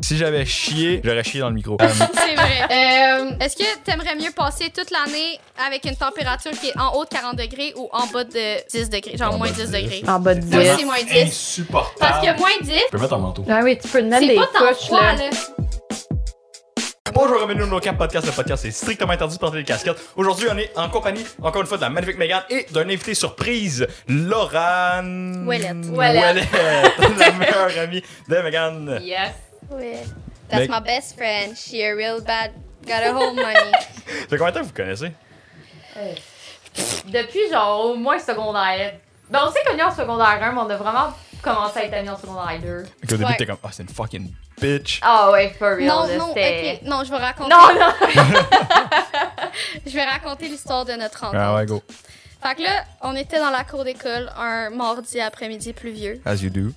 Si j'avais chié, j'aurais chié dans le micro. Euh, C'est vrai. Euh, Est-ce que t'aimerais mieux passer toute l'année avec une température qui est en haut de 40 degrés ou en bas de 10 degrés? Genre En moins bas de Ah. 10 degrés. En bas de Moi, 10. c'est moins 10. Insupportable. Parce que moins 10, je peux mettre un manteau. Ah oui, tu peux te mettre c'est des pas tant couches, froid, là. là. Bonjour, bienvenue au No Cap Podcast. Le podcast est strictement interdit de porter des casquettes. Aujourd'hui, on est en compagnie, encore une fois, de la magnifique Megan et d'un invité surprise, Laurent. Ouellette. Ouellette. la meilleure amie de Megan. Yes. Ouais. That's Mais- my best friend. She a real bad. Got a whole money. Ça fait combien de temps que vous connaissez? Depuis genre au moins secondaire. Ben on s'est connus en secondaire 1, mais on a vraiment commencé à être amis en secondaire 2. Au début, Ouais. t'es comme, ah, c'est une fucking bitch. Ah ouais, for real. non, là, non, c'était- ok. Non, je vais raconter. Non, non. Je vais raconter l'histoire de notre rencontre. Ah ouais, go. Fait que là, on était dans la cour d'école un mardi après-midi pluvieux. As you do.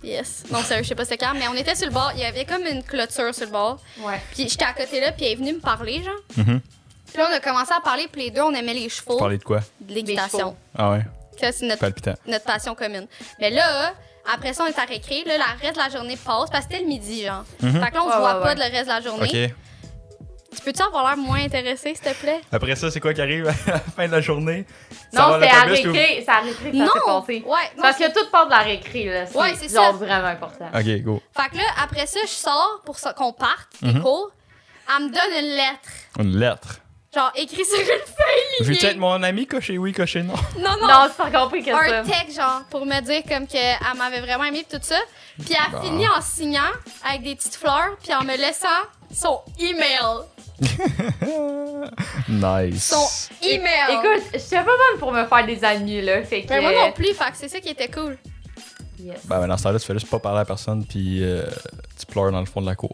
Yes. Non, sérieux, je sais pas c'était quand, mais on était sur le bord. Il y avait comme une clôture sur le bord. Ouais. Puis j'étais à côté là, puis elle est venue me parler, genre. Mhm. Puis là, on a commencé à parler, puis les deux, on aimait les chevaux, Parler de quoi? de l'équitation. Ah ouais, Ça, c'est notre, palpitant. notre passion commune. Mais là, après ça, on est à récré. Là, le reste de la journée passe, parce que c'était le midi, genre. Mhm. Fait que là, on Ouais, se voit ouais, pas ouais. de le reste de la journée. Ok. Tu peux-tu avoir l'air moins intéressé, s'il te plaît? Après ça, c'est quoi qui arrive à la fin de la journée? Ça va Non, à c'était à l'autobus ou- récré, c'est à récré que ça s'est passé. Ouais, non, Parce que toute part de la récré, là, c'est Ouais, c'est genre ça. vraiment important. Ok, go. Fait que là, après ça, je sors pour ça- qu'on parte des Mhm. cours. Elle me donne une lettre. Une lettre. Genre, écrit sur une feuille Veux-tu lignée. être mon ami? Cocher oui, cocher non. Non, non. Non, c'est pas compris que ça. un texte, genre, pour me dire comme qu'elle m'avait vraiment aimé pis tout ça. Puis elle Bon. finit en signant avec des petites fleurs puis en me laissant son email. Nice. Son email. Écoute, je suis pas bonne pour me faire des amis, là. Fait que. Mais Ben, moi non plus, fait que c'est ça qui était cool. Yes. Ben, ben, dans ce temps-là, tu fais juste pas parler à personne, puis euh, tu pleures dans le fond de la cour.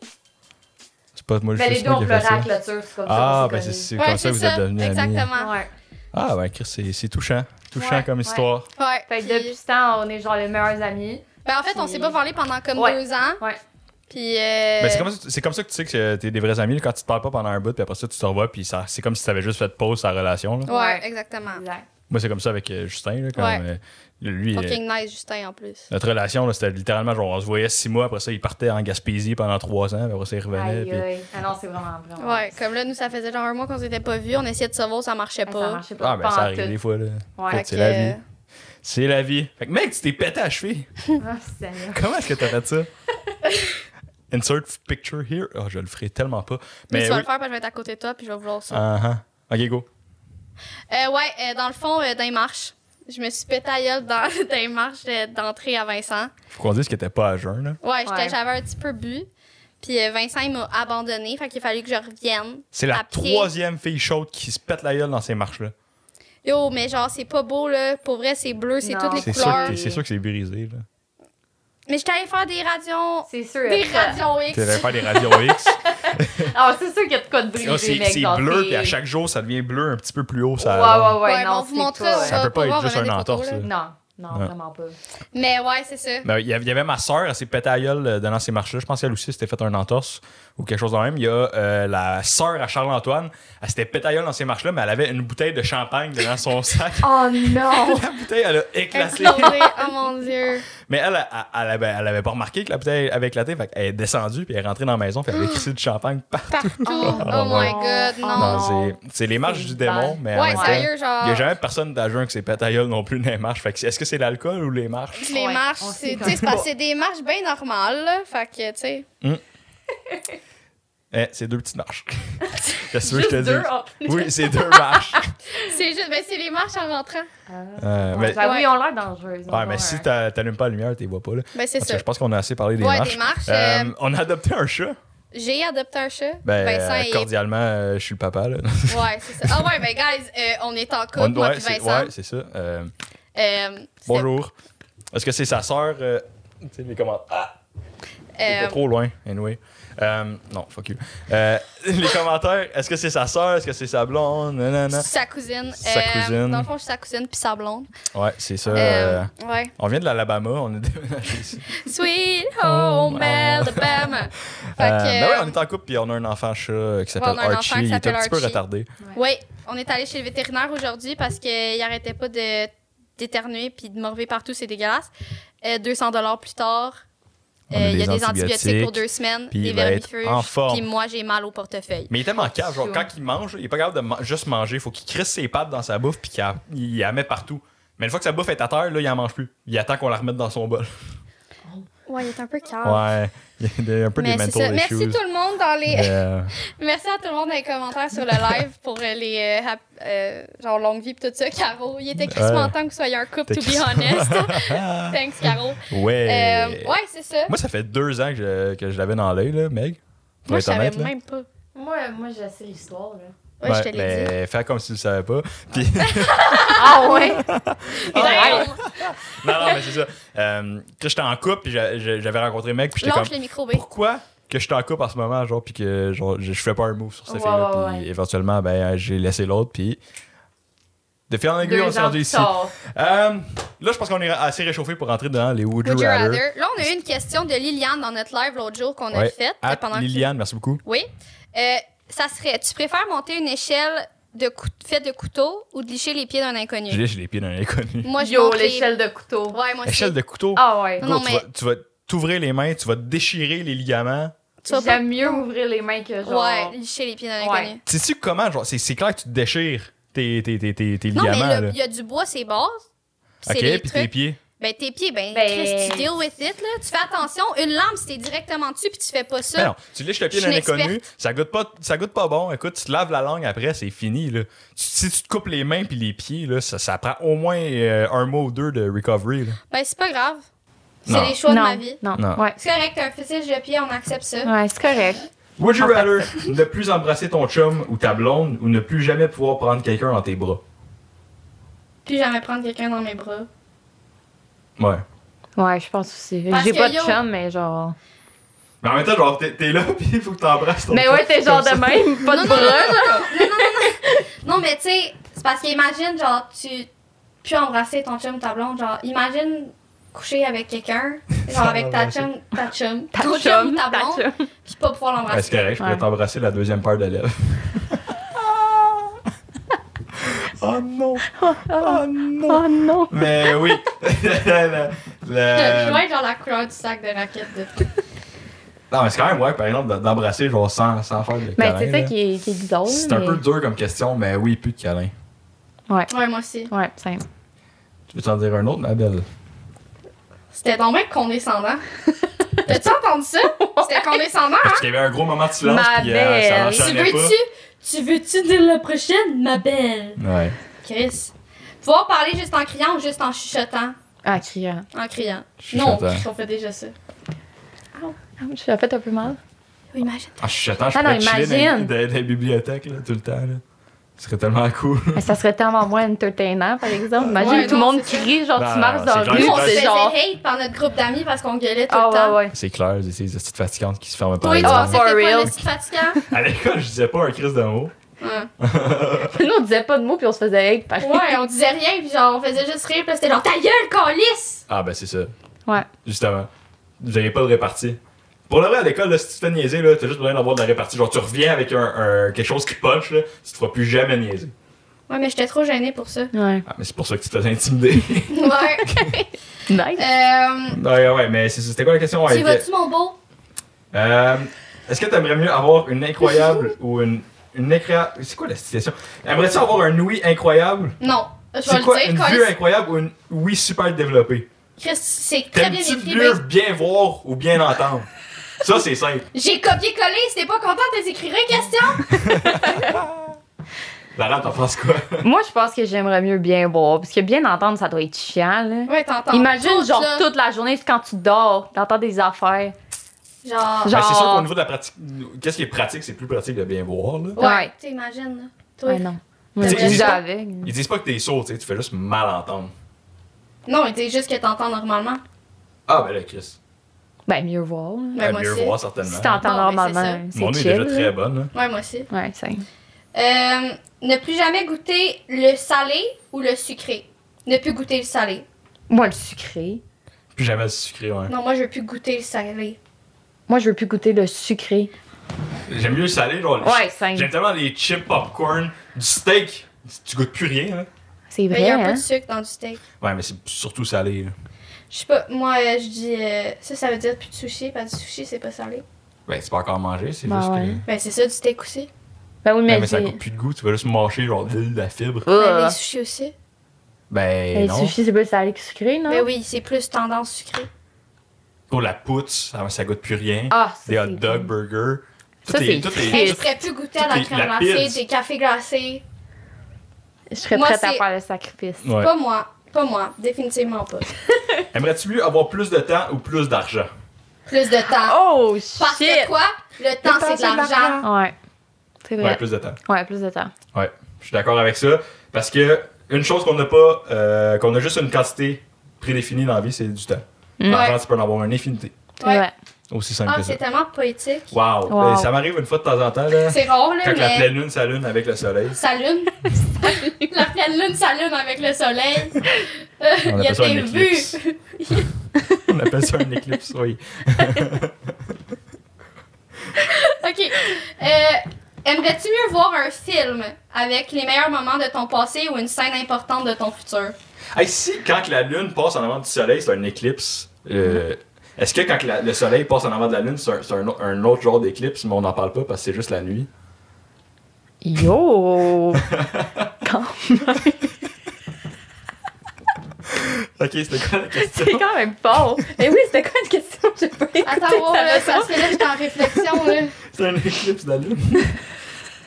C'est pas moi, Mais juste Ben, les deux, moi on qui ai fait pleurait à ça. la clôture, c'est comme ça. Ah, qu'on ben s'est c'est connus. c'est comme ça que vous êtes devenus amis. Exactement. Ouais. Ah, ben Chris, c'est c'est touchant. Touchant Ouais, comme ouais. histoire. Ouais. Fait que puis- depuis ce temps, on est genre les meilleurs amis. Ben en fait, on s'est pas parlé pendant comme Ouais. deux ans. Ouais. Puis. euh, Ben, c'est comme, ça- c'est comme ça que tu sais que t'es des vrais amis, là, quand tu te parles pas pendant un bout, puis après ça, tu te revois, puis ça- c'est comme si t'avais juste fait pause sa relation. là. Ouais, exactement. Exact. Moi, c'est comme ça avec euh, Justin, là, quand Ouais. euh, lui. euh, Fucking nice, Justin, en plus. Notre relation, là, c'était littéralement genre, on se voyait six mois, après ça, il partait en Gaspésie pendant trois ans, puis après ça, il revenait. Aïe, puis- aïe. Ah non, c'est vraiment, vraiment. Ouais, comme là, nous, ça faisait genre un mois qu'on s'était pas vus, on essayait de se voir, ça marchait Mais Ça pas. marchait pas. Ah, ben ça pas en arrive des fois, là. tout. Ouais. Fait que c'est la vie. C'est la vie. Fait que, mec, tu t'es pété à la cheville. Ah, Seigneur. Comment est-ce que t'as fait ça? Insert picture here. Oh, je le ferai tellement pas. Mais Mais. tu vas oui. le faire, parce que je vais être à côté de toi, puis je vais vouloir ça. Ah, ah. Ok, go. Euh, ouais, euh, dans le fond, euh, dans les marches. Je me suis pété à gueule dans, dans les marches euh, d'entrée à Vincent. Faut qu'on dise que t'es pas à jeun, là. Ouais, j'étais- Ouais. j'avais un petit peu bu. Puis euh, Vincent, il m'a abandonné. Fait qu'il fallait que je revienne. C'est la À pied. troisième fille chaude qui se pète la gueule dans ces marches-là. Yo, mais genre, c'est pas beau, là. Pour vrai, c'est bleu, c'est Non. toutes les C'est sûr, couleurs. que t'es- c'est sûr que c'est brisé, là. Mais j'étais allée faire des radios. C'est sûr. Des ça- radios X. T'es allé faire des radios X. Ah, c'est sûr qu'il y a de quoi de Oh, briser, c'est mec. c'est dans bleu, tes- puis à chaque jour, ça devient bleu un petit peu plus haut. Ça Ouais, ouais, Ouais, ouais. mais non, on vous c'est montrera pas- Ça va peut pas pas être voir, juste on va un mettre des entorse. photos, là. Non, non, Ouais. vraiment pas. Mais ouais, c'est ça. Ben, il y avait il y avait ma soeur, elle s'est pété à gueule euh, dans ces marches-là. Je pense qu'elle aussi s'était fait un entorse ou quelque chose de même. Il y a euh, la soeur à Charles-Antoine, elle s'était pété à gueule dans ces marches-là, mais elle avait une bouteille de champagne dans son sac. Oh non! la bouteille, elle a éclaté. Explosé, oh mon dieu. mais elle, elle, elle avait, elle avait pas remarqué que la bouteille avait éclaté. Fait elle est descendue, puis elle est rentrée dans la maison, puis elle avait Ah. crissé du champagne partout. Partout. Oh, non. my god, non. Non, non. c'est- C'est les marches Oh. C'est du démon, bad. mais en Ouais, même temps, sérieux, Il n'y a genre. jamais personne d'agent qui s'est pété à gueule non plus dans les marches. Fait que c'est- est-ce que c'est l'alcool ou les marches? Les Ouais, marches, on c'est sait tu sais, c'est parce que c'est des marches bien normales, là. Fait que, tu sais. Eh, c'est deux petites marches. Qu'est-ce que tu veux Juste que je te deux. dise? oh. Oui, c'est deux marches. C'est juste, ben, c'est les marches en rentrant. Euh, mais, J'avoue, Ouais. ils ont l'air dangereux. euh, ils ont ouais, mais l'air. si t'a- t'allumes pas la lumière, t'y vois pas. Là. Ben, hein. c'est En tout ça. cas, je pense qu'on a assez parlé des Ouais, marches. des marches. Euh, euh, on a adopté un chat. J'ai adopté un chat. Ben, Vincent euh, et. cordialement, euh, je suis le papa. Là. Ouais, c'est ça. Ah ouais, ben, guys, euh, on est en couple, On- moi ouais, puis c'est Vincent. ouais, c'est ça. Euh, Euh, c'est- bonjour. Est-ce que c'est sa sœur? euh, tu sais, les commentaires. Ah, t'es euh, pas trop loin, anyway. Euh, non, fuck you. Euh, les commentaires, est-ce que c'est sa sœur? Est-ce que c'est sa blonde? Nanana. Sa cousine. hein. Sa euh, cousine. Dans le fond, je suis sa cousine puis sa blonde. Ouais, c'est ça. euh, Euh, ouais. On vient de l'Alabama, on est déménagé ici. Sweet Oh, home Alabama. Fait Euh, ben ouais, on que. est en couple puis on a un enfant chat qui s'appelle on a un enfant Archie. qui il est un s'appelle petit peu Archie. retardé. Oui, on est allé chez le vétérinaire aujourd'hui parce qu'il arrêtait pas de d'éternuer puis de morver partout, c'est dégueulasse. Euh, 200 dollars plus tard. Euh, Il y a des antibiotiques pour deux semaines, puis des il va être vermifuges, en forme. puis moi, j'ai mal au portefeuille. Mais il est tellement cave, genre Sure. quand il mange, il est pas capable de ma- juste manger, faut qu'il crisse ses pattes dans sa bouffe puis qu'il la- il la met partout. Mais une fois que sa bouffe est à terre, là, il en mange plus. Il attend qu'on la remette dans son bol. Ouais, il est un peu calme. Ouais, il y a des- un peu Ah. Mais des c'est ça. mental Merci issues. tout le monde dans les. Euh, Merci à tout le monde dans les commentaires sur le live pour euh, les euh, hap- euh, genre longue vie pis tout ça. Caro, il était crissement Ouais. en temps que vous soyez un couple, T'es to be crissement- honest. Thanks, Caro. Euh, ouais. ouais, c'est ça. Moi, ça fait deux ans que je, que je l'avais dans l'œil, là, Meg. Pour Moi, je être savais honnête, là. même pas. Moi, moi j'ai assez l'histoire, là. Ouais, je te l'ai mais dit. fais comme si tu le savais pas. Puis- Ah ouais? Damn! non, non, mais c'est ça. Euh, que j'étais en couple, puis j'a- j'a- j'avais rencontré Meg, puis j'étais comme. Lâche le micro, B. Pourquoi que je suis en couple en ce moment, genre, puis que genre, je, je fais pas un move sur cette Ouais, fille-là, ouais, puis ouais. éventuellement, ben, j'ai laissé l'autre, puis. De fil en aiguille, on Deux s'est ans rendu plus ici. tard. Euh, là, je pense qu'on est assez réchauffé pour rentrer dans les Would You Would you Rather. rather? Là, on a eu une question de Liliane dans notre live l'autre jour qu'on a Ouais. faite. At pendant que- Liliane, merci beaucoup. Oui. Euh, ça serait, tu préfères monter une échelle de cou- faite de couteau ou de licher les pieds d'un inconnu? J'ai j'ai les pieds d'un inconnu. Moi, je Yo, monte les- l'échelle de couteau. Ouais, moi aussi. Échelle de couteau. Ah ouais. Non, Gros, tu mais- vas- tu vas t'ouvrir les mains, tu vas te déchirer les ligaments. Tu vas pas- J'aime mieux ouvrir les mains que genre. Ouais, licher les pieds d'un Ouais. inconnu. Sais-tu comment, genre, c'est c'est clair que tu te déchires tes, tes, tes, tes, tes Non, ligaments, mais le- là. il y a du bois, c'est bas. C'est Ok, les puis trucs. tes pieds. Ben, tes pieds, ben, Ben- Chris, tu deal with it, là. Tu fais attention. Une lampe, si t'es directement dessus puis tu fais pas ça. Ben non, tu liches le pied Je suis d'un une inconnu, ça goûte, pas, ça goûte pas bon. Écoute, tu te laves la langue après, c'est fini. Là. Tu- si tu te coupes les mains puis les pieds, là, ça, ça prend au moins euh, un mois ou deux de recovery. Là. Ben, c'est pas grave. C'est Non. les choix de ma vie. Non. Non. Ouais. C'est correct, un fétiche de pied, on accepte ça. Ouais, c'est correct. Would you En fait, rather ne plus embrasser ton chum ou ta blonde ou ne plus jamais pouvoir prendre quelqu'un dans tes bras? Puis jamais prendre quelqu'un dans mes bras. Ouais. Ouais, je pense aussi. Parce J'ai que pas de yo- chum, mais genre. Mais en même temps, genre, t'es t'es là puis il faut que t'embrasses ton Mais chum. ouais, t'es genre Comme ça. de même, pas de Non, non, bras. Non, mais tu sais, c'est parce qu'imagine, genre, tu peux embrasser ton chum, ta blonde. Genre, imagine coucher avec quelqu'un, genre avec ta chum, ta chum, Ta ton chum ou chum, ta ta blonde, chum. puis pas pouvoir Ouais, l'embrasser. c'est correct, je pourrais Ouais. t'embrasser la deuxième paire de lèvres. oh non! Oh non! Oh non. Mais oui! La- la- Je vois genre la couleur du sac de raquettes de Non, mais c'est quand même, ouais, par exemple, de- d'embrasser genre sans, sans faire de Mais câlin. c'est Ben, ça là. qui est, qui est bizarre. C'est un mais- peu dur comme question, mais oui, plus de câlin. Ouais, moi aussi. Ouais, simple. Tu veux t'en dire un autre, ma belle? C'était donc bien condescendant. T'as-tu entendu ça? C'était condescendant, hein? Parce qu'il y avait un gros moment de silence, Ma puis euh, ça belle. Tu marchait pas. veux-tu? Tu veux-tu dire la prochaine, ma belle? Ouais. Chris. Pouvoir parler juste en criant ou juste en chuchotant? Ah, criant. En criant. Non, Chuchotant. on fait déjà ça. Ah, Je suis fait un peu mal. Oui, imagine. En chuchotant, je Ah non, pourrais chiller dans, imagine. dans- dans la bibliothèque, là, tout le temps, là. Ce serait tellement cool. Mais ça serait tellement moins entertainant, par exemple. Imagine Ouais, tout le non, monde c'est ça. crie, genre, Non, tu marches non, dans Bah, c'est la rue, Nous, on se c'est c'est faisait genre. hate par notre groupe d'amis parce qu'on gueulait tout Ah le temps. ouais, ouais. C'est clair, c'est ces petites fatigantes qui se ferment pas. Toi, tu la gueule. pensais que for t'étais pas real. le petit fatigant? À l'école, je disais pas un crise de mots. Hein. Nous, on disait pas de mots, puis on se faisait hate, par Ouais, on disait rien, puis genre, on faisait juste rire, puis c'était genre, ta gueule, calice! Ah, ben c'est ça. Ouais. Justement. Vous avez pas de répartie. Pour le vrai, à l'école, là, si tu te fais niaiser, là, t'as juste besoin d'avoir de la répartie. Genre, tu reviens avec un, un- quelque chose qui punch, là, tu te feras plus jamais niaiser. Ouais, mais j'étais trop gênée pour ça. Ouais. Ah, mais c'est pour ça que tu te fais intimider. Ouais. Nice. Euh, ouais, ouais, mais c'est- c'était quoi la question? Ouais, tu vas-tu, mon beau? euh, Est-ce que t'aimerais mieux avoir une incroyable ou une. Une incroyable. C'est quoi la situation? Aimerais-tu avoir un oui incroyable? Non. Je vais C'est le quoi dire, une calice. vue incroyable ou une oui super développée? Chris, c'est très bien T'aimes-tu écrit, mieux mais bien voir ou bien entendre? Ça, c'est simple. j'ai copié-collé, si t'es pas content, t'as écrit question? Lara, t'en penses quoi? Moi, je pense que j'aimerais mieux bien voir, parce que bien entendre, ça doit être chiant, là. Ouais, t'entends. Imagine, tout, genre, là. toute la journée, quand tu dors, t'entends des affaires. Genre, Ben, c'est sûr Genre- qu'au niveau de la pratique, qu'est-ce qui est pratique, c'est plus pratique de bien voir. Là. ouais, Ouais. t'imagines, là. Toi. Ouais, non. Tu sais, J'étais ils- déjà avec. Ils disent pas que t'es sourd, tu sais, tu fais juste mal entendre. Non, il dit juste que t'entends normalement. Ah, ben là, Chris. Ben, mieux voir. là. Ben, Ben, moi mieux aussi. voir, certainement. Si Bon, t'entends ben, c'est normalement, Mon c'est nez est chill. déjà là. très bonne. Là. Ouais, moi aussi. Ouais, c'est... Euh, ne plus jamais goûter le salé ou le sucré. Ne plus goûter le salé. Moi, le sucré. Puis jamais le sucré, ouais. Non, moi, je veux plus goûter le salé. Moi, je veux plus goûter le sucré. J'aime mieux le salé, genre. les- Ouais, c'est- J'aime tellement les chips popcorn, du steak. Tu goûtes plus rien, hein. là. C'est Mais Ben, il vrai, y a un peu hein? de sucre dans du steak. Ouais, mais c'est surtout salé, là. Je sais pas, moi euh, je dis euh, ça, ça veut dire plus de sushi, parce que du sushi c'est pas salé. Ben, c'est pas encore mangé, c'est Ben juste que. ouais. Ben c'est ça du steak aussi. Ben oui, mais, Ben, mais ça c'est- coupe plus de goût, tu vas juste mâcher genre de la fibre. Ben, Ah. les sushis aussi. Ben Mais le non. sushi, c'est plus salé que sucré, non? Ben oui, c'est plus tendance sucrée. Pour la poutre, ça, ça goûte plus rien. Ah, ça, des hot c'est- dog burgers. Ça, Tout est- c'est tout Hey, triste. est- Ben, je tout- ferais plus goûter à tout la est- crème la glacée, pile. des cafés glacés. Je serais Moi, prête à c'est- faire le sacrifice. Ouais. Pas moi. Pas moi. Définitivement pas. Aimerais-tu mieux avoir plus de temps ou plus d'argent? Plus de temps. Oh, Ah! Parce que shit! quoi? Le temps, c'est de l'argent. Ouais. C'est Ouais, vrai. plus de temps. Ouais, plus de temps. Ouais, je suis d'accord avec ça. Parce que une chose qu'on n'a pas, euh, qu'on a juste une quantité prédéfinie dans la vie, c'est du temps. Mm. L'argent, tu peux en avoir une infinité. C'est Ouais. vrai. Aussi simple Ah, que ça. c'est tellement poétique. Wow. Wow. Ben, ça m'arrive une fois de temps en temps, là, C'est rare, là, quand la mais. pleine lune s'allume avec le soleil. S'allume. la pleine lune s'allume avec le soleil. Euh, On Il y a appelle ça des une éclipse. vues. On appelle ça une éclipse, oui. OK. Euh, Aimerais-tu mieux voir un film avec les meilleurs moments de ton passé ou une scène importante de ton futur? Hey, si quand que la lune passe en avant du soleil, c'est une éclipse, Mm-hmm. euh, est-ce que quand que la- le soleil passe en avant de la lune, c'est un, c'est un au- un autre genre d'éclipse, mais on n'en parle pas parce que c'est juste la nuit? Yo! Quand même. Ok, c'était quoi la question? C'est quand même fort. euh, Mais Eh oui, c'était quoi une question? J'ai pas écouté Attends, sa wow, là, leçon. parce que là, j'étais en réflexion, là. C'est une éclipse de la lune.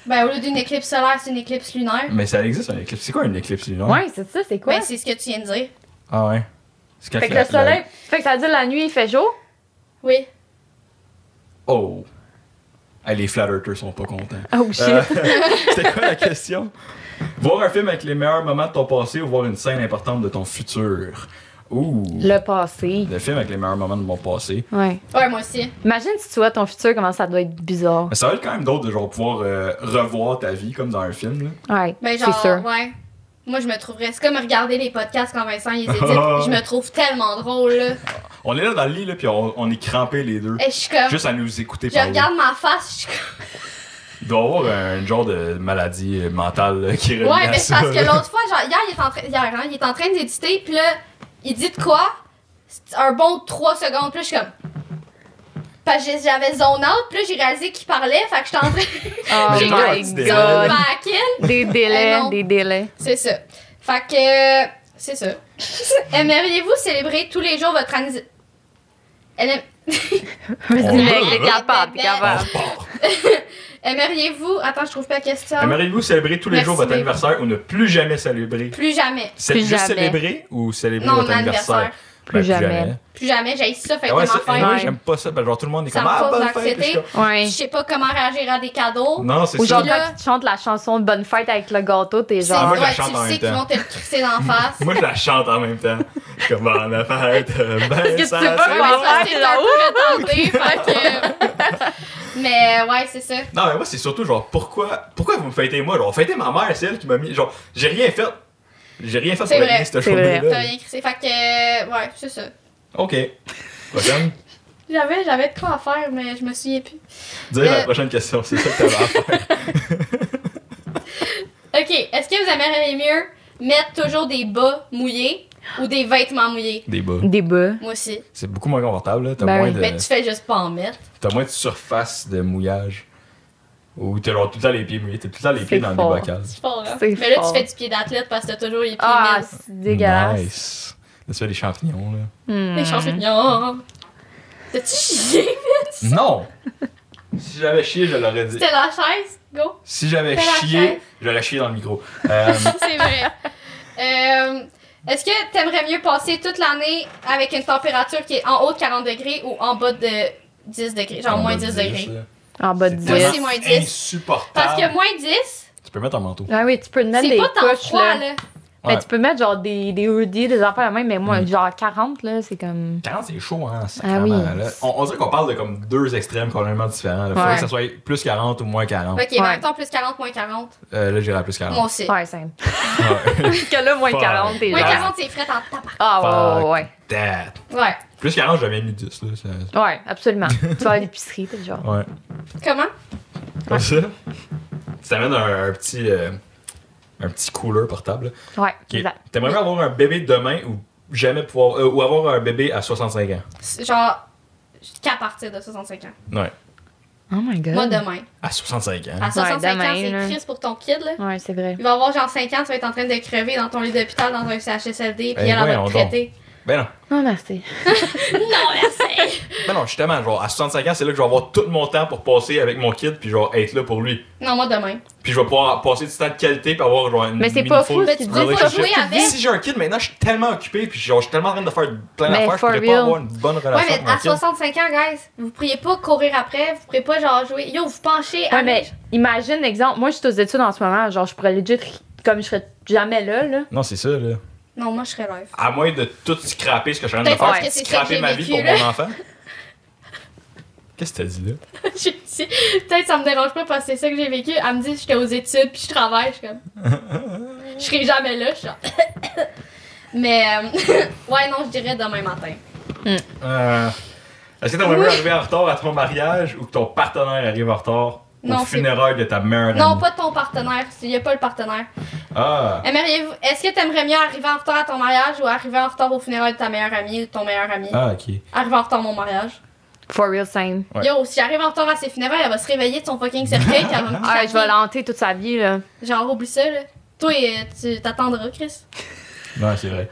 Ben, au lieu d'une éclipse solaire, c'est une éclipse lunaire. Mais ça existe, une éclipse. C'est quoi une éclipse lunaire? Ouais, c'est ça, c'est quoi? Ben, c'est ce que tu viens de dire. Ah ouais. C'est quand fait que que la- le soleil. Fait que ça veut dire la nuit, il fait jour? Oui. Oh! Hey, les flat earthers sont pas contents. Oh shit! Euh, C'était quoi la question? Voir un film avec les meilleurs moments de ton passé ou voir une scène importante de ton futur? Ouh! Le passé. Le film avec les meilleurs moments de mon passé. Ouais. Ouais, moi aussi. Imagine si tu vois ton futur, comment ça doit être bizarre. Mais ça va être quand même d'autres de genre pouvoir euh, revoir ta vie comme dans un film. Là. Ouais. Ben, c'est genre, sûr. ouais. Moi, je me trouverais. C'est comme regarder les podcasts quand Vincent les édite. Oh. je me trouve tellement drôle, là. On est là dans le lit là, puis on, on est crampés les deux. Et je suis comme. Juste à nous écouter je parler. regarde ma face, je suis comme. Il doit y avoir un genre de maladie euh, mentale là, qui revient Ouais, à mais c'est ça. parce que là. l'autre fois, genre, hier, il est en train, hier, hein, il est en train d'éditer, puis là, il dit de quoi? C'est Un bon 3 secondes, puis là, je suis comme. Parce que j'avais zone out, puis là, j'ai réalisé qu'il parlait, fait que j'étais en train Oh Mais j'ai peur my du délai. god! de back in. Des Eh délais, non. des délais. C'est ça. Fait que. C'est ça. Aimeriez-vous célébrer tous les jours votre année. Aime- On Vas-y, va, mec, t'es là. capable, t'es On capable. repart. Aimeriez-vous. Attends, je trouve pas la question. Aimeriez-vous célébrer tous les Merci, jours votre babe. anniversaire ou ne plus jamais célébrer? Plus jamais. C'est Plus juste jamais. célébrer ou célébrer Non, votre mon anniversaire. anniversaire? Ben, Plus jamais. Plus jamais. J'ai ça, fait Ah ouais, que ça, ma anyway, Ouais. j'aime pas ça. Ben, genre, tout le monde est Ça comme me Ah, cause bonne fête! l'anxiété. puis Ouais. Je sais pas comment réagir à des je- cadeaux. Non, c'est Ou ça. genre Puis là- quand tu chantes la chanson de bonne fête avec le gâteau, t'es C'est Ah, genre. moi, je la ouais, chante en tu même sais qu'ils temps. vont te le crisser d'en face. Moi, je la chante en même temps. Je suis comme bonne fête! euh, Ben, que tu ça, sais pas c'est Ouais, comment bon. ça, c'est un Ah, peu retenté, fait que- Mais ouais, c'est ça. Non, mais moi, c'est surtout genre, pourquoi, pourquoi vous me fêtez moi? Genre, fêtez ma mère, c'est elle qui m'a mis. Genre, j'ai rien fait. J'ai rien fait C'est pour vrai, gagner cette c'est vrai. T'as journée-là. rien crissé. Fait que. Ouais, c'est ça. Ok. Prochaine. J'avais, j'avais de quoi à faire, mais je me souviens plus. Dire Euh. la prochaine question, c'est ça que t'avais à faire. Ok, est-ce que vous aimeriez mieux mettre toujours des bas mouillés ou des vêtements mouillés? Des bas. Des bas. Moi aussi. C'est beaucoup moins confortable, là. T'as Ben moins oui. de. Mais tu fais juste pas en mettre. T'as moins de surface de mouillage. Ou t'as genre tout le temps les pieds mouillés, t'as tout le temps les pieds dans fort. des bocales. C'est fort, hein? C'est Mais là, fort. tu fais du pied d'athlète parce que t'as toujours les pieds Ah, humides. c'est dégueulasse. Nice. Là, tu fais des champignons, là. Hmm. Les champignons. T'as-tu chié? Non! si j'avais chié, je l'aurais dit. C'était la chaise? Go! Si j'avais Fais la chié, chaise. je l'aurais chié dans le micro. Euh, C'est vrai. Euh, est-ce que t'aimerais mieux passer toute l'année avec une température qui est en haut de 40 degrés ou en bas de 10 degrés? Genre moins 10 degrés. là. En bas C'est de 10. tellement Moi aussi, moins 10. Insupportable. Parce que moins 10, Tu peux mettre un manteau. Ah oui, tu peux te mettre C'est des pas tant couches froid, là. là. Ben, Ouais. tu peux mettre genre des, des hoodies, des affaires la même, mais moi, Mm. genre 40, là, c'est comme. 40, c'est chaud, hein, Ah oui. sacrément. là. On, on dirait qu'on parle de comme deux extrêmes complètement différents. Il faudrait Ouais. que ça soit plus 40 ou moins 40. Ok, en Ouais. même temps, plus 40, moins 40. Euh, là, j'irai à plus 40. Moi aussi. Ouais, simple. Ouais. Parce que là, moins Fuck. 40, t'es Moins Ouais. genre. 40, c'est frais en tabac. Ah, ouais, Fuck. ouais, ouais. That. Ouais. Plus 40, j'avais mis 10. Là, ça- Ouais, absolument. tu vas à l'épicerie, t'es genre. Ouais. Comment? Comme ça. Tu t'amènes un, un petit. euh, un petit cooler portable. Ouais, Ok. exact. T'aimerais bien avoir un bébé demain ou jamais pouvoir. euh, ou avoir un bébé à 65 ans. C'est Genre, qu'à partir de 65 ans. Ouais. Oh my god. Moi, demain. À 65 ans. À 65 demain, ans, là. c'est triste pour ton kid, là. Ouais, c'est vrai. Il va avoir genre 5 ans, tu vas être en train de crever dans ton lit d'hôpital, dans un CHSLD, puis Ben, elle elle va voyons te traiter. Ben non. Non, merci. Non, merci! Ben non, justement, genre, à 65 ans, c'est là que je vais avoir tout mon temps pour passer avec mon kid, puis genre, être là pour lui. non, moi, demain. Puis je vais pouvoir passer du temps de qualité, puis avoir genre une. Mais c'est pas meaningful fou, Mais tu tu dis peux pas relationship. jouer avec. Si j'ai un kid maintenant, je suis tellement occupé, puis genre, je suis tellement en train de faire plein Mais d'affaires, je for pourrais real. pas avoir une bonne Ouais, relation mais avec mon à kid. 65 ans, guys, vous pourriez pas courir après, vous pourriez pas genre jouer. Yo, vous penchez. Ouais, allez. mais imagine, exemple, moi, je suis aux études en ce moment, genre, je pourrais legit, comme je serais jamais là, là. Non, c'est ça, là. Non, moi, je serais live. À moins de tout scraper ce que je suis en train de Peut-être faire, parce que c'est ça que scraper j'ai ma vie vécu, pour là. mon enfant. Qu'est-ce que t'as dit là? J'ai dit, Peut-être ça me dérange pas parce que c'est ça que j'ai vécu. Elle me dit j'étais aux études puis je travaille. Je suis comme. Je serai jamais là. Je suis genre. Mais euh, ouais, non, je dirais demain matin. Euh, Est-ce que t'aimerais mieux arriver en retard à ton mariage ou que ton partenaire arrive en retard Non, au c'est- funérail de ta mère? Non, pas de ton partenaire. Il y a pas le partenaire. Ah! Aimeriez-vous- Est-ce que t'aimerais mieux arriver en retard à ton mariage ou arriver en retard au funérail de ta meilleure amie ou de ton meilleur ami? Ah, ok. Arriver en retard à mon mariage. For real, same. Ouais. Yo, si j'arrive en retard à ses funérailles, elle va se réveiller de son fucking cercueil puis elle va me Ah, je vais claquer. l'hanter toute sa vie, là. Genre, oublie ça, là. Toi, euh, tu t'attendras, Chris. Non, c'est vrai.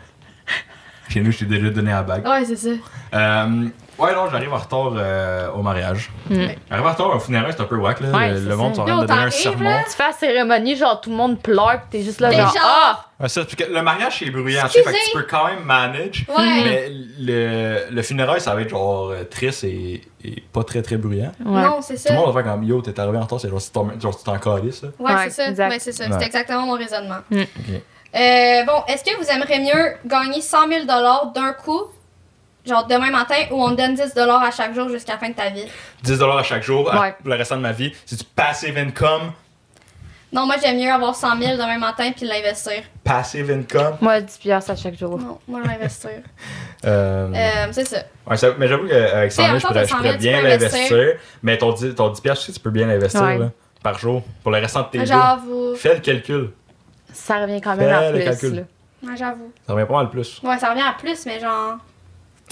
Chez nous, je t'ai déjà donné la bague. Ouais, c'est ça. Euh, ouais, non, j'arrive en retard euh, au mariage. Hmm. Mm. Arriver en retard au funérail, c'est un peu whack, là. Ouais, le, c'est le monde est ça. en train de Yo, donner un t'arrives, sermon. là? Tu fais la cérémonie, genre, tout le monde pleure, pis t'es juste là, T'es genre, genre- ah! Ouais, ça, puis que le mariage, c'est bruyant, tu sais, fait que tu peux quand même manage. Ouais. Mais le, le funérail, ça va être genre euh, triste et, et pas très très bruyant. Ouais. Non, c'est Tout ça. le monde va faire comme yo, t'es arrivé en retard, c'est genre si t'en- genre, tu t'en calisses, là. Ouais, Ouais, c'est ça. exact. Ouais, c'est ça. Ouais. C'est exactement mon raisonnement. Mm. Euh, bon, est-ce que vous aimeriez mieux gagner 100 000 d'un coup, genre demain matin, ou on te donne 10 à chaque jour jusqu'à la fin de ta vie? 10 à chaque jour à- Ouais. pour le restant de ma vie. C'est du passive income. Non, moi, j'aime mieux avoir 100 000 demain matin puis l'investir. Passive income. Moi, 10 piastres à chaque jour. Non, moi, l'investir. Euh, euh, c'est ça. ouais, ça- mais j'avoue euh, qu'avec 100 000, je en fait, pourrais, je 100 000, pourrais tu bien peux l'investir. Mais ton 10, ton 10 piastres aussi, tu peux bien l'investir Ouais. là, par jour pour le restant de tes jours. J'avoue. Fais le calcul. Ça revient quand même à Fais le plus, calcul. là. Ouais, j'avoue. Ça revient pas mal plus. Ouais, ça revient à plus, mais genre,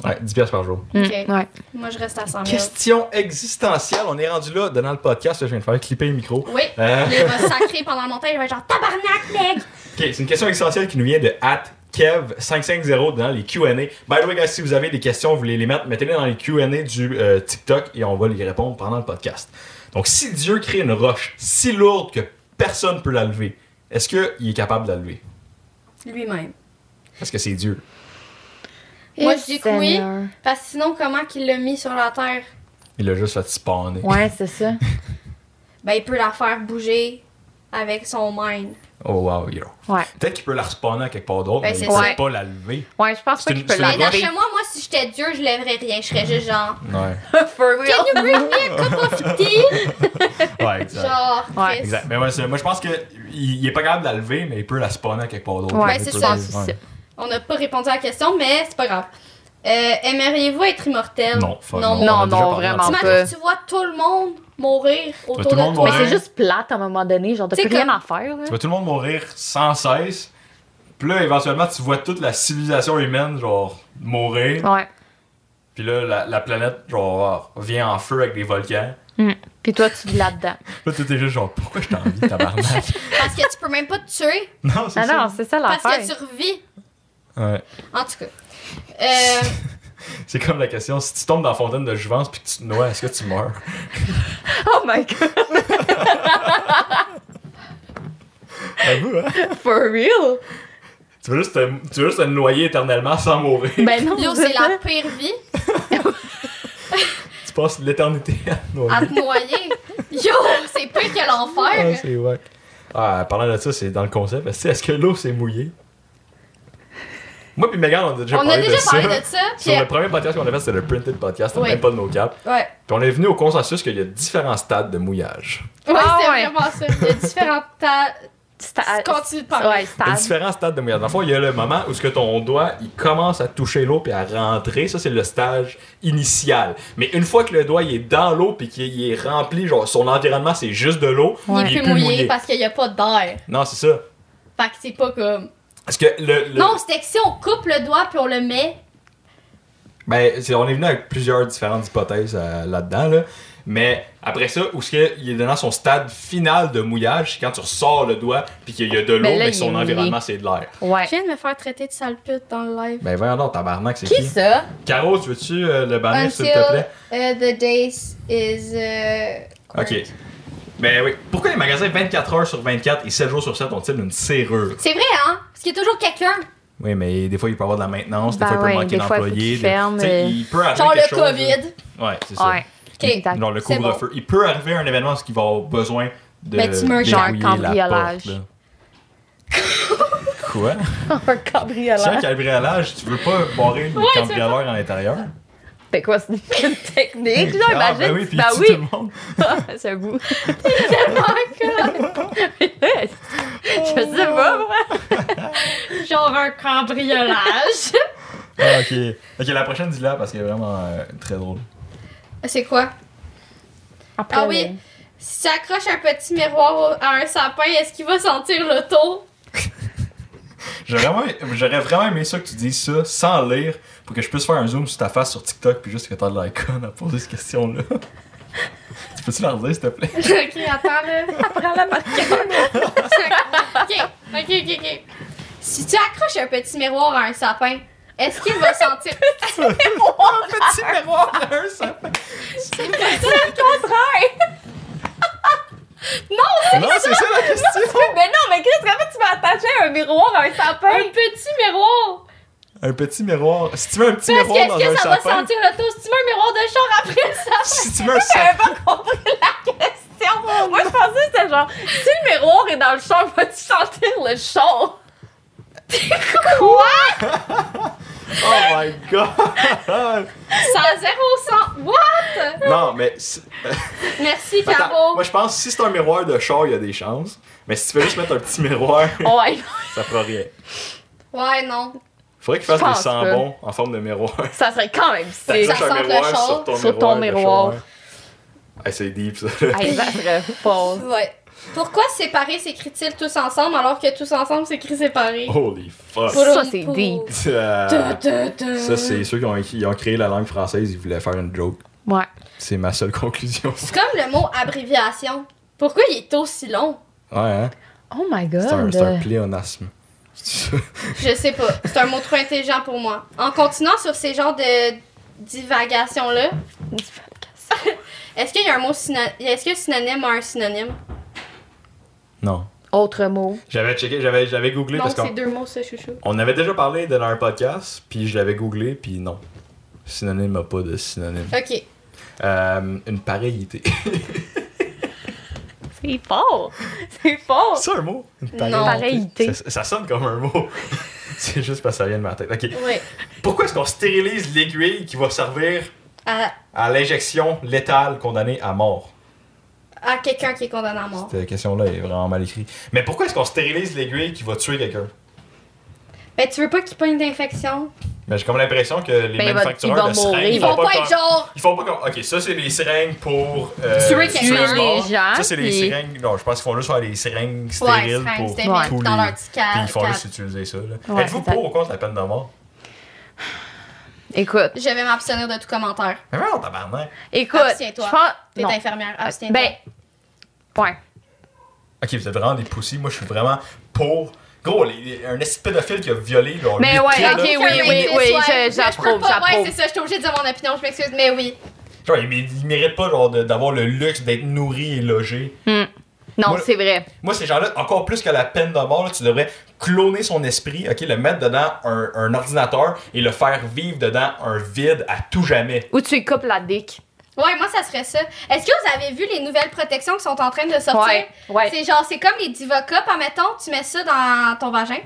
Ouais, 10 piastres par jour. Mm, Ok. Ouais. moi, je reste à 100 000. Question existentielle. On est rendu là, dans le podcast. là, je viens de faire clipper le micro. Oui. Euh, Il va se sacrer pendant longtemps, il va être genre tabarnak, mec! Ok, c'est une question essentielle qui nous vient de at Kev550 dans les Q&A. By the way, guys, si vous avez des questions, vous voulez les mettre, mettez-les dans les Q&A du euh, TikTok et on va les répondre pendant le podcast. Donc, si Dieu crée une roche si lourde que personne ne peut la lever, est-ce qu'il est capable de la lever? Lui-même. Parce que c'est Dieu. Moi, Et je dis que oui. Seigneur. Parce que sinon, comment qu'il l'a mis sur la terre? Il a juste fait spawner. Ouais, c'est ça. Ben, il peut la faire bouger avec son mind. Oh wow, yo. Ouais. Peut-être qu'il peut la respawner à quelque part d'autre, Ben, mais il c'est ne peut ça. pas la lever. Ouais, je pense C'est pas une- qu'il peut c'est Mais une roche. l'enlever. d'après moi, moi, si j'étais Dieu, je lèverais rien. Je serais juste genre. Ouais, For real. Can you bring me a cup of tea? ouais exact. Genre, Ouais, Chris. Exact. Mais ouais, c'est- moi, je pense qu'il n'est pas capable de la lever, mais il peut la spawner à quelque part d'autre. Ouais, Il c'est peut ça, la- c'est ça. ouais. On n'a pas répondu à la question, mais c'est pas grave. Euh, Aimeriez-vous être immortel? Non, fuck, non. on en a Non, déjà non, parlé dans le vraiment T'imagines, pas. tu vois tout le monde mourir autour tout le monde de toi. Mais Ouais. c'est juste plate à un moment donné, genre, t'as T'sais plus rien comme- à faire, là. Tu vois tout le monde mourir sans cesse. Puis là, éventuellement, tu vois toute la civilisation humaine, genre, mourir. Ouais. Puis là, la, la planète, genre, vient en feu avec des volcans. Pis toi, tu vis là-dedans. Là, tu t'es juste genre, pourquoi je t'ai envie, tabarnak? Parce que tu peux même pas te tuer. non, c'est Ah ça. non, c'est ça Parce l'affaire. que tu revis. Ouais. En tout cas. Euh, C'est comme la question, si tu tombes dans la fontaine de Jouvence puis que tu te noies, est-ce que tu meurs? Oh my god, Avoue, hein? for real? Tu veux, juste te, tu veux juste te noyer éternellement sans mourir. Ben non, Yo, c'est c'est la ça. pire vie. Tu passes l'éternité à te noyer. à te noyer. Yo, c'est pire que Ah, l'enfer. c'est wack. Ah, parlant de ça, c'est dans le concept. Est-ce est-ce que l'eau s'est mouillée? Moi puis Megan, on a déjà On parlé a déjà de parlé ça. de ça. puis- Sur le premier podcast qu'on a fait, c'était le printed podcast, on Oui. même pas de nos caps. Ouais, Puis on est venu au consensus qu'il y a différents stades de mouillage. euh, ouais Ah, c'est ouais. vraiment ça. Il y a différentes ta... Sta- Continue de parler. Ouais, Il y a stade. différents stades de mouillage. Dans le fond, il y a le moment où ce que ton doigt il commence à toucher l'eau puis à rentrer. Ça, c'est le stage initial. Mais une fois que le doigt il est dans l'eau puis qu'il est rempli, genre son environnement c'est juste de l'eau, Il Ouais. est plus mouillé parce qu'il n'y a pas d'air. Non, c'est ça. Fait que c'est pas comme. Parce que le. le- Non, c'était que si on coupe le doigt puis on le met. Ben, c'est- on est venu avec plusieurs différentes hypothèses euh, là-dedans, là. Mais après ça, où ce que- il est dans son stade final de mouillage, c'est quand tu ressors le doigt puis qu'il y a de l'eau, Ben là, mais il est son mouillé. environnement, c'est de l'air. Ouais. Je viens de me faire traiter de sale pute dans le live. Ben, voyons donc, tabarnak, c'est qui? Qui ça? Caro, tu veux-tu euh, le bannir, s'il te Until- plaît? Euh, the days is. euh, Ok. Ben oui. Pourquoi les magasins 24 heures sur 24 et 7 jours sur 7 ont-ils une serrure? C'est vrai, hein? Parce qu'il y a toujours quelqu'un. Oui, mais des fois, il peut y avoir de la maintenance, Ben des fois, il ouais, peut manquer des fois, il faut d'employés. qu'ils des- ferment, tu sais, euh, Il peut arriver Genre quelque le chose, COVID. là. Ouais, c'est ça. Ouais. Ok. Exact. Genre le C'est couvre-feu. Il peut arriver un événement parce qu'il va avoir besoin de. Ben, tu meurs, genre, déverrouiller quand la briolage. porte, là. Quoi? Un C'est un cambriolage. cambriolage, tu veux pas barrer le cambrioleur à l'intérieur? Fait quoi, c'est une technique, là, Ah, imagine. ben oui, puis Bah il tue tout oui. Ah, le monde. c'est un bout. Oh Je sais pas, moi. Genre un cambriolage. Ah, ok. Ok, la prochaine, dis-la parce qu'elle est vraiment euh, très drôle. C'est quoi? Après, Ah oui. Si tu accroches un petit miroir au- à un sapin, est-ce qu'il va sentir l'auto? J'aurais vraiment, j'aurais vraiment aimé ça que tu dises ça sans lire pour que je puisse faire un zoom sur ta face sur TikTok puis juste que t'as de l'icône à poser cette question-là. tu peux-tu leur dire, s'il te plaît? ok, attends là. Après la partie. ok, ok, ok, ok. Si tu accroches un petit miroir à un sapin, est-ce qu'il va sentir. Un petit miroir d'un sapin! Non, c'est ça la question! Mais non, mais Chris, comment tu vas attacher un miroir à un un sapin? petit miroir! Un petit miroir. Si tu mets un petit Parce que miroir est-ce dans que un ça va sapin, sentir l'auto? Si tu mets un miroir de char après le sapin. si tu mets un sapin, J'avais pas compris la question. Moi, je pensais que c'était genre, si le miroir est dans le champ, vas-tu sentir le champ? oh my Oh god! Ça a zéro sens. What? non, mais. si- Merci, Attends, Caro. moi je pense que si c'est un miroir de char, il y a des chances. Mais si tu fais juste mettre un petit miroir, Ouais, ça fera rien. Ouais, non. Faudrait qu'ils fassent Je des pense pas. sambons en forme de miroir. ça serait quand même sick. Ça T'accroches un sent le miroir char. sur ton Sur miroir. ton le miroir. char. Hey, c'est deep ça. Hey, ça serait fort. Ouais. Pourquoi séparer s'écrit-ils tous ensemble alors que tous ensemble s'écrit séparés? Holy fuck. Ça, c'est deep. Oh. Euh, Ça, Ça, c'est ceux qui ont, qui ont créé la langue française, ils voulaient faire une joke. Ouais. C'est ma seule conclusion. C'est comme le mot abréviation. Pourquoi il est aussi long? Ouais, hein? Oh my C'est un, god. c'est un pléonasme. C'est ça. Je sais pas. C'est un mot trop intelligent pour moi. En continuant sur ces genres de divagations-là, est-ce qu'il y a un mot synonyme? Est-ce que le synonyme a un synonyme? Non. Autre mot. J'avais checké, j'avais, j'avais googlé Donc, parce c'est qu'on deux mots, ça, chouchou. on avait déjà parlé dans un podcast, puis je l'avais googlé, puis non. Synonyme a pas de synonyme. Ok. Euh, une pareillité. C'est fort. C'est fort. c'est un mot? Une Oh. Non. Pareillité. Ça, ça sonne comme un mot. c'est juste parce que ça vient de ma tête. Ok. Ouais. Pourquoi est-ce qu'on stérilise l'aiguille qui va servir À, à l'injection létale condamnée à mort? à quelqu'un qui est condamné à mort. Cette question-là est vraiment mal écrite. Mais pourquoi est-ce qu'on stérilise l'aiguille qui va tuer quelqu'un? Ben, tu veux pas qu'il pogne d'infection? Mais j'ai comme l'impression que les Ben, il va- il manufactureurs va de seringues, mourir. Ils vont pas comme- être genre. Ils font pas comme. Ok, ça c'est les seringues pour. euh, Tuer le quelqu'un. mort. Les gens, Ça c'est les puis- seringues. Non, je pense qu'ils font juste faire des seringues Ouais, stériles seringue, pour. c'était Puis bien, tous dans les- leur petit cas. ils font juste utiliser ça. là. Ouais, Êtes-vous c'est ça. pour ou contre la peine de mort? Écoute, Je vais m'abstenir de tout commentaire. Mais vraiment, tabarnak. écoute. Abstiens-toi. Je pense. Ah, T'es non. infirmière. Abstiens-toi. Ben. Ouais. Ok, vous êtes vraiment des poussies. Moi je suis vraiment pour. Gros, les- les- un espèce pédophile qui a violé. Genre, Mais huit ouais, kids, là. ok, oui, oui, oui, Ouais, je- mais peux j'approuve, pas- Ouais, j'approuve. c'est ça, je suis obligée de dire mon opinion, je m'excuse, mais oui. Genre, il, mé- il mérite pas genre, de- d'avoir le luxe d'être nourri et logé. Hmm. Non, Moi- c'est vrai. Moi, ces gens-là, encore plus que la peine de mort, là, tu devrais cloner son esprit, ok, le mettre dedans un, un ordinateur et le faire vivre dedans un vide à tout jamais. Ou tu lui coupes la dick. Ouais, moi, ça serait ça. Est-ce que vous avez vu les nouvelles protections qui sont en train de sortir? Ouais. Ouais. C'est genre, c'est comme les Divocup, admettons, tu mets ça dans ton vagin.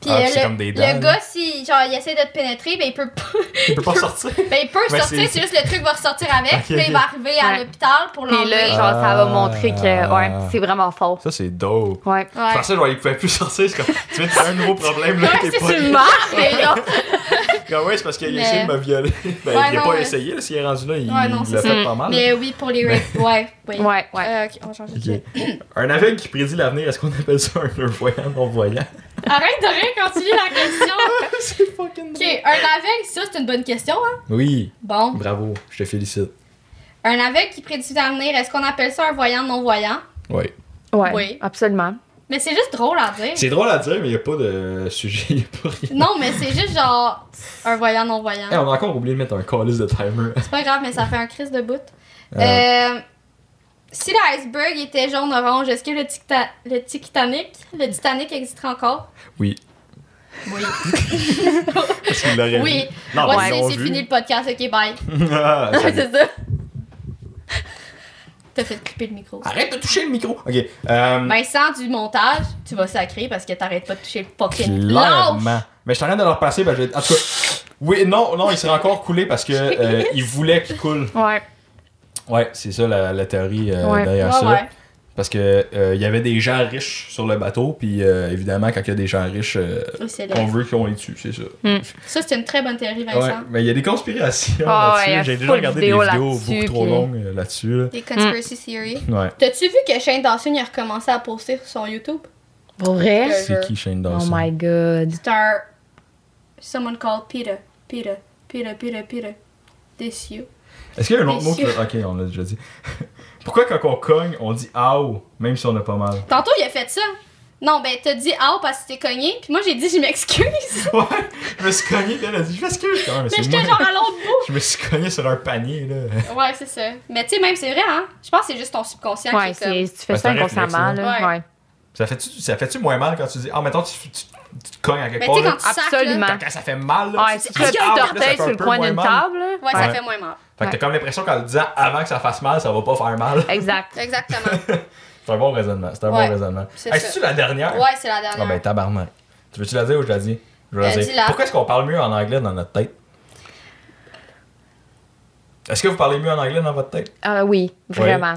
Puis Ah, euh, puis c'est le, comme des le dents, là. gars, si genre, il essaie de te pénétrer, ben il peut, pas- Il peut pas sortir. ben, il peut Ouais, sortir, c'est- c'est juste le truc va ressortir avec, Ok, puis là, il ok. va arriver à Ouais. l'hôpital pour Puis là, l'enlever. genre, ça va montrer que. Ah. Ouais, c'est vraiment fort. Ça, c'est dope. Ouais. Je Ouais. pensais, genre, il pouvait plus sortir. C'est comme, tu veux, tu as un nouveau problème, là, Ouais, t'es c'est pas. une marque, Mais non. Comme, ouais, c'est parce qu'il a Mais- essayé de me violer. Ben, Ouais, il a non, pas ouais. essayé, là, s'il est rendu là, il Ouais, non, il c'est l'a ça. fait pas mal. Mais oui, pour les rape. Ouais, oui. Ouais, ouais. Euh, ok, on va changer de sujet. Ok. Un aveugle qui prédit l'avenir, est-ce qu'on appelle ça un non-voyant, non-voyant? Arrête de rire, continue la question. c'est fucking Ok, un aveugle, ça, c'est une bonne question, hein? Oui, Bon. bravo, je te félicite. Un aveugle qui prédit l'avenir, est-ce qu'on appelle ça un voyant non-voyant? Oui. Ouais, Euh, Oui. absolument. Mais c'est juste drôle à dire. C'est drôle à dire, mais il n'y a pas de sujet, il n'y a pas rien. Non, mais c'est juste genre un voyant Hey, non-voyant. Eh, on a encore oublié de mettre un calice de timer. C'est pas grave, mais ça fait un crise de bout. Euh, Euh, si l'iceberg était jaune-orange, est-ce que le, Ticta- le Titanic, le Titanic existerait encore? Oui. Oui. Parce qu'il l'aurait Oui. vu. Non, Ouais, mais ils c'est- l'ont c'est vu. fini le podcast, ok, bye. Ah, ça- c'est ça. T'as fait couper le micro. Arrête de toucher le micro. Ok. euh, Vincent, du montage, tu vas sacrer parce que t'arrêtes pas de toucher le pocket. Clairement. Mais je suis en train de leur passer, ben je vais- En tout cas. Oui, non, non, il serait encore coulé parce que euh, il voulait qu'il coule. Ouais. Ouais, c'est ça la, la théorie euh, Ouais. derrière Ouais, ça. ouais. Parce que euh, il y avait des gens riches sur le bateau, puis euh, évidemment, quand il y a des gens riches, euh, Oui, c'est on laid. veut qu'on les tue, c'est ça. Ça, c'est une très bonne théorie, Ouais, Vincent. mais il y a des conspirations Ah ouais, il y a là-dessus. J'ai déjà full regardé vidéo des vidéos là-dessus, beaucoup trop puis- longues euh, là-dessus. là. Des conspiracy theories. Ouais. T'as-tu vu que Shane Dawson il a recommencé à poster sur son YouTube? Euh, Pour vrai? C'est qui Shane Oh Dawson? my god. Star. Someone called Peter. Peter. Peter, Peter, Peter. This you. Est-ce qu'il y a un autre Bien mot que... Ok, on l'a déjà dit. Pourquoi quand on cogne, on dit « Ow » même si on a pas mal? Tantôt, il a fait ça. Non, ben, t'as dit ah parce que t'es cogné, puis moi j'ai dit je Ah, m'excuse. Ouais, je me suis cogné, là, elle a dit, je m'excuse quand même, Mais c'est moi. j'étais genre à l'autre Je me suis cogné sur un panier, là. bout. Ouais, c'est ça. Mais tu sais, même c'est vrai, hein. Je pense que c'est juste ton subconscient Ouais, qui est comme. c'est- tu fais Ben, c'est ça un réflexe, inconsciemment, là. là. Ouais. Ouais. Ça fait-tu, ça fait-tu moins mal quand tu dis, ah, mettons, tu, tu, tu te cognes à quelque Mais part, tu sais, là, quand tu sacres, là, Absolument. quand, quand ça fait mal, là, Ouais, tu- si tu tu as dis, petit Ah, là, ça orteil fait un sur le peu coin moins d'une mal. table, là. Ouais, ça Ouais. fait moins mal. Fait que t'as comme l'impression qu'en le disant avant que ça fasse mal, ça va pas faire mal. Exact. Exactement. C'est un bon raisonnement, c'est un Ouais, bon raisonnement. c'est Hey, ça. C'est-tu la dernière? Ouais, c'est la Ah, ben, dernière. tabarnak. Tu veux-tu la dire ou je la dis? Je vais Euh, la dire. dis-la. Pourquoi est-ce qu'on parle mieux en anglais dans notre tête? Est-ce que vous parlez mieux en anglais dans votre tête? Ah oui, vraiment.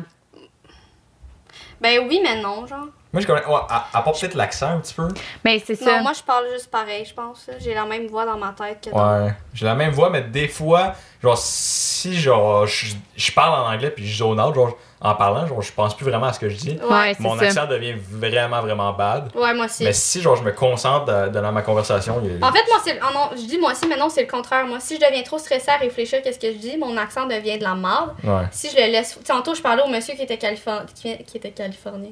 Ben oui, mais non, genre. Moi, je connais. Ouais, à, à part peut-être l'accent un petit peu. Mais c'est ça. Non, moi je parle juste pareil, je pense. là. J'ai la même voix dans ma tête que dans. Ouais, j'ai la même voix, mais des fois, genre, si genre, je, je parle en anglais puis je zone out, genre, en parlant, genre, je pense plus vraiment à ce que je dis. Ouais, Mon c'est ça. accent devient vraiment, vraiment bad. Ouais, moi aussi. Mais si, genre, je me concentre dans, dans ma conversation, il y a- En fait, moi, c'est. ah non, je dis moi aussi, mais non, c'est le contraire. Moi, si je deviens trop stressée à réfléchir à ce que je dis, mon accent devient de la merde. ouais, Si je le laisse. Tantôt, je parlais au monsieur qui était, Californ... qui qui était californien.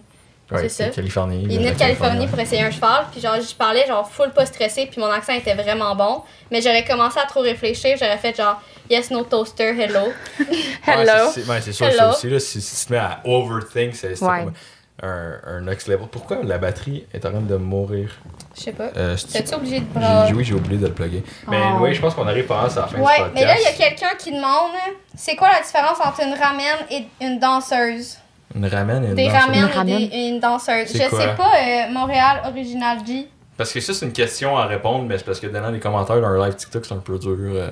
ouais, c'est c'est ça. Californie. Il venait de Californie pour essayer un cheval, puis genre, je parlais, genre, full pas stressé, puis mon accent était vraiment bon. Mais j'aurais commencé à trop réfléchir, j'aurais fait genre, yes, no toaster, hello. Ouais, Hello. c'est- c'est- ouais, c'est sûr, Hello. ça aussi, là, si, si tu te mets à overthink, c'est c'est Ouais. comme un, un next level. Pourquoi la batterie est en train de mourir? Je sais pas. Euh, c'est- T'es-tu obligé de j'ai- bras? oui, j'ai oublié de le plugger. Mais Oh. oui, je pense qu'on arrive pas à la fin du Ouais, podcast. mais là, il y a quelqu'un qui demande c'est quoi la différence entre une ramène et une danseuse Une ramène et une Des danseuse. ramènes Une et, ramène. des- et une danseuse. C'est Je quoi? sais pas, euh, Montréal Original G. Parce que ça, c'est une question à répondre, mais c'est parce que donner des commentaires dans un live TikTok, c'est un peu dur. euh.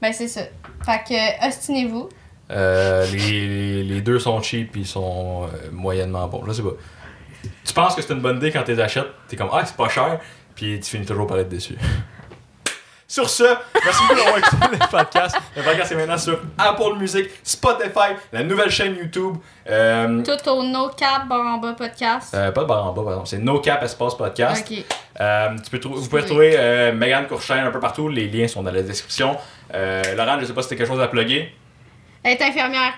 Ben, c'est ça. Fait que, euh, ostinez-vous. Euh, les, les deux sont cheap puis ils sont euh, moyennement bons. Je sais pas. Tu penses que c'est une bonne idée quand tu les achètes, t'es comme Ah, c'est pas cher, puis tu finis toujours par être déçu. Sur ce, merci beaucoup d'avoir écouté le podcast. Le podcast est maintenant sur Apple Music, Spotify, la nouvelle chaîne YouTube. Euh, Tout au No Cap Bar en bas podcast. euh, pas de barre en bas, par exemple. C'est No Cap Espace Podcast. ok. Euh, tu peux trou- vous pouvez retrouver euh, Megan Courchain un peu partout. Les liens sont dans la description. Euh, Laurent, je sais pas si t'as quelque chose à plugger. Elle est infirmière.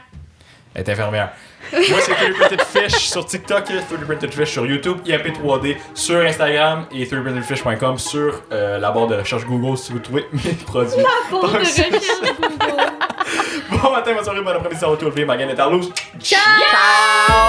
Elle est infirmière. Moi, c'est 3D Printed Fish sur TikTok, 3D Printed Fish sur YouTube, IMP3D sur Instagram et 3DPrintedFish.com sur euh, la barre de recherche Google si vous trouvez mes produits. Pour de recherche Google. Bon matin, bonne soirée, bon après-midi, ça va tout lever. Megan est à Ciao!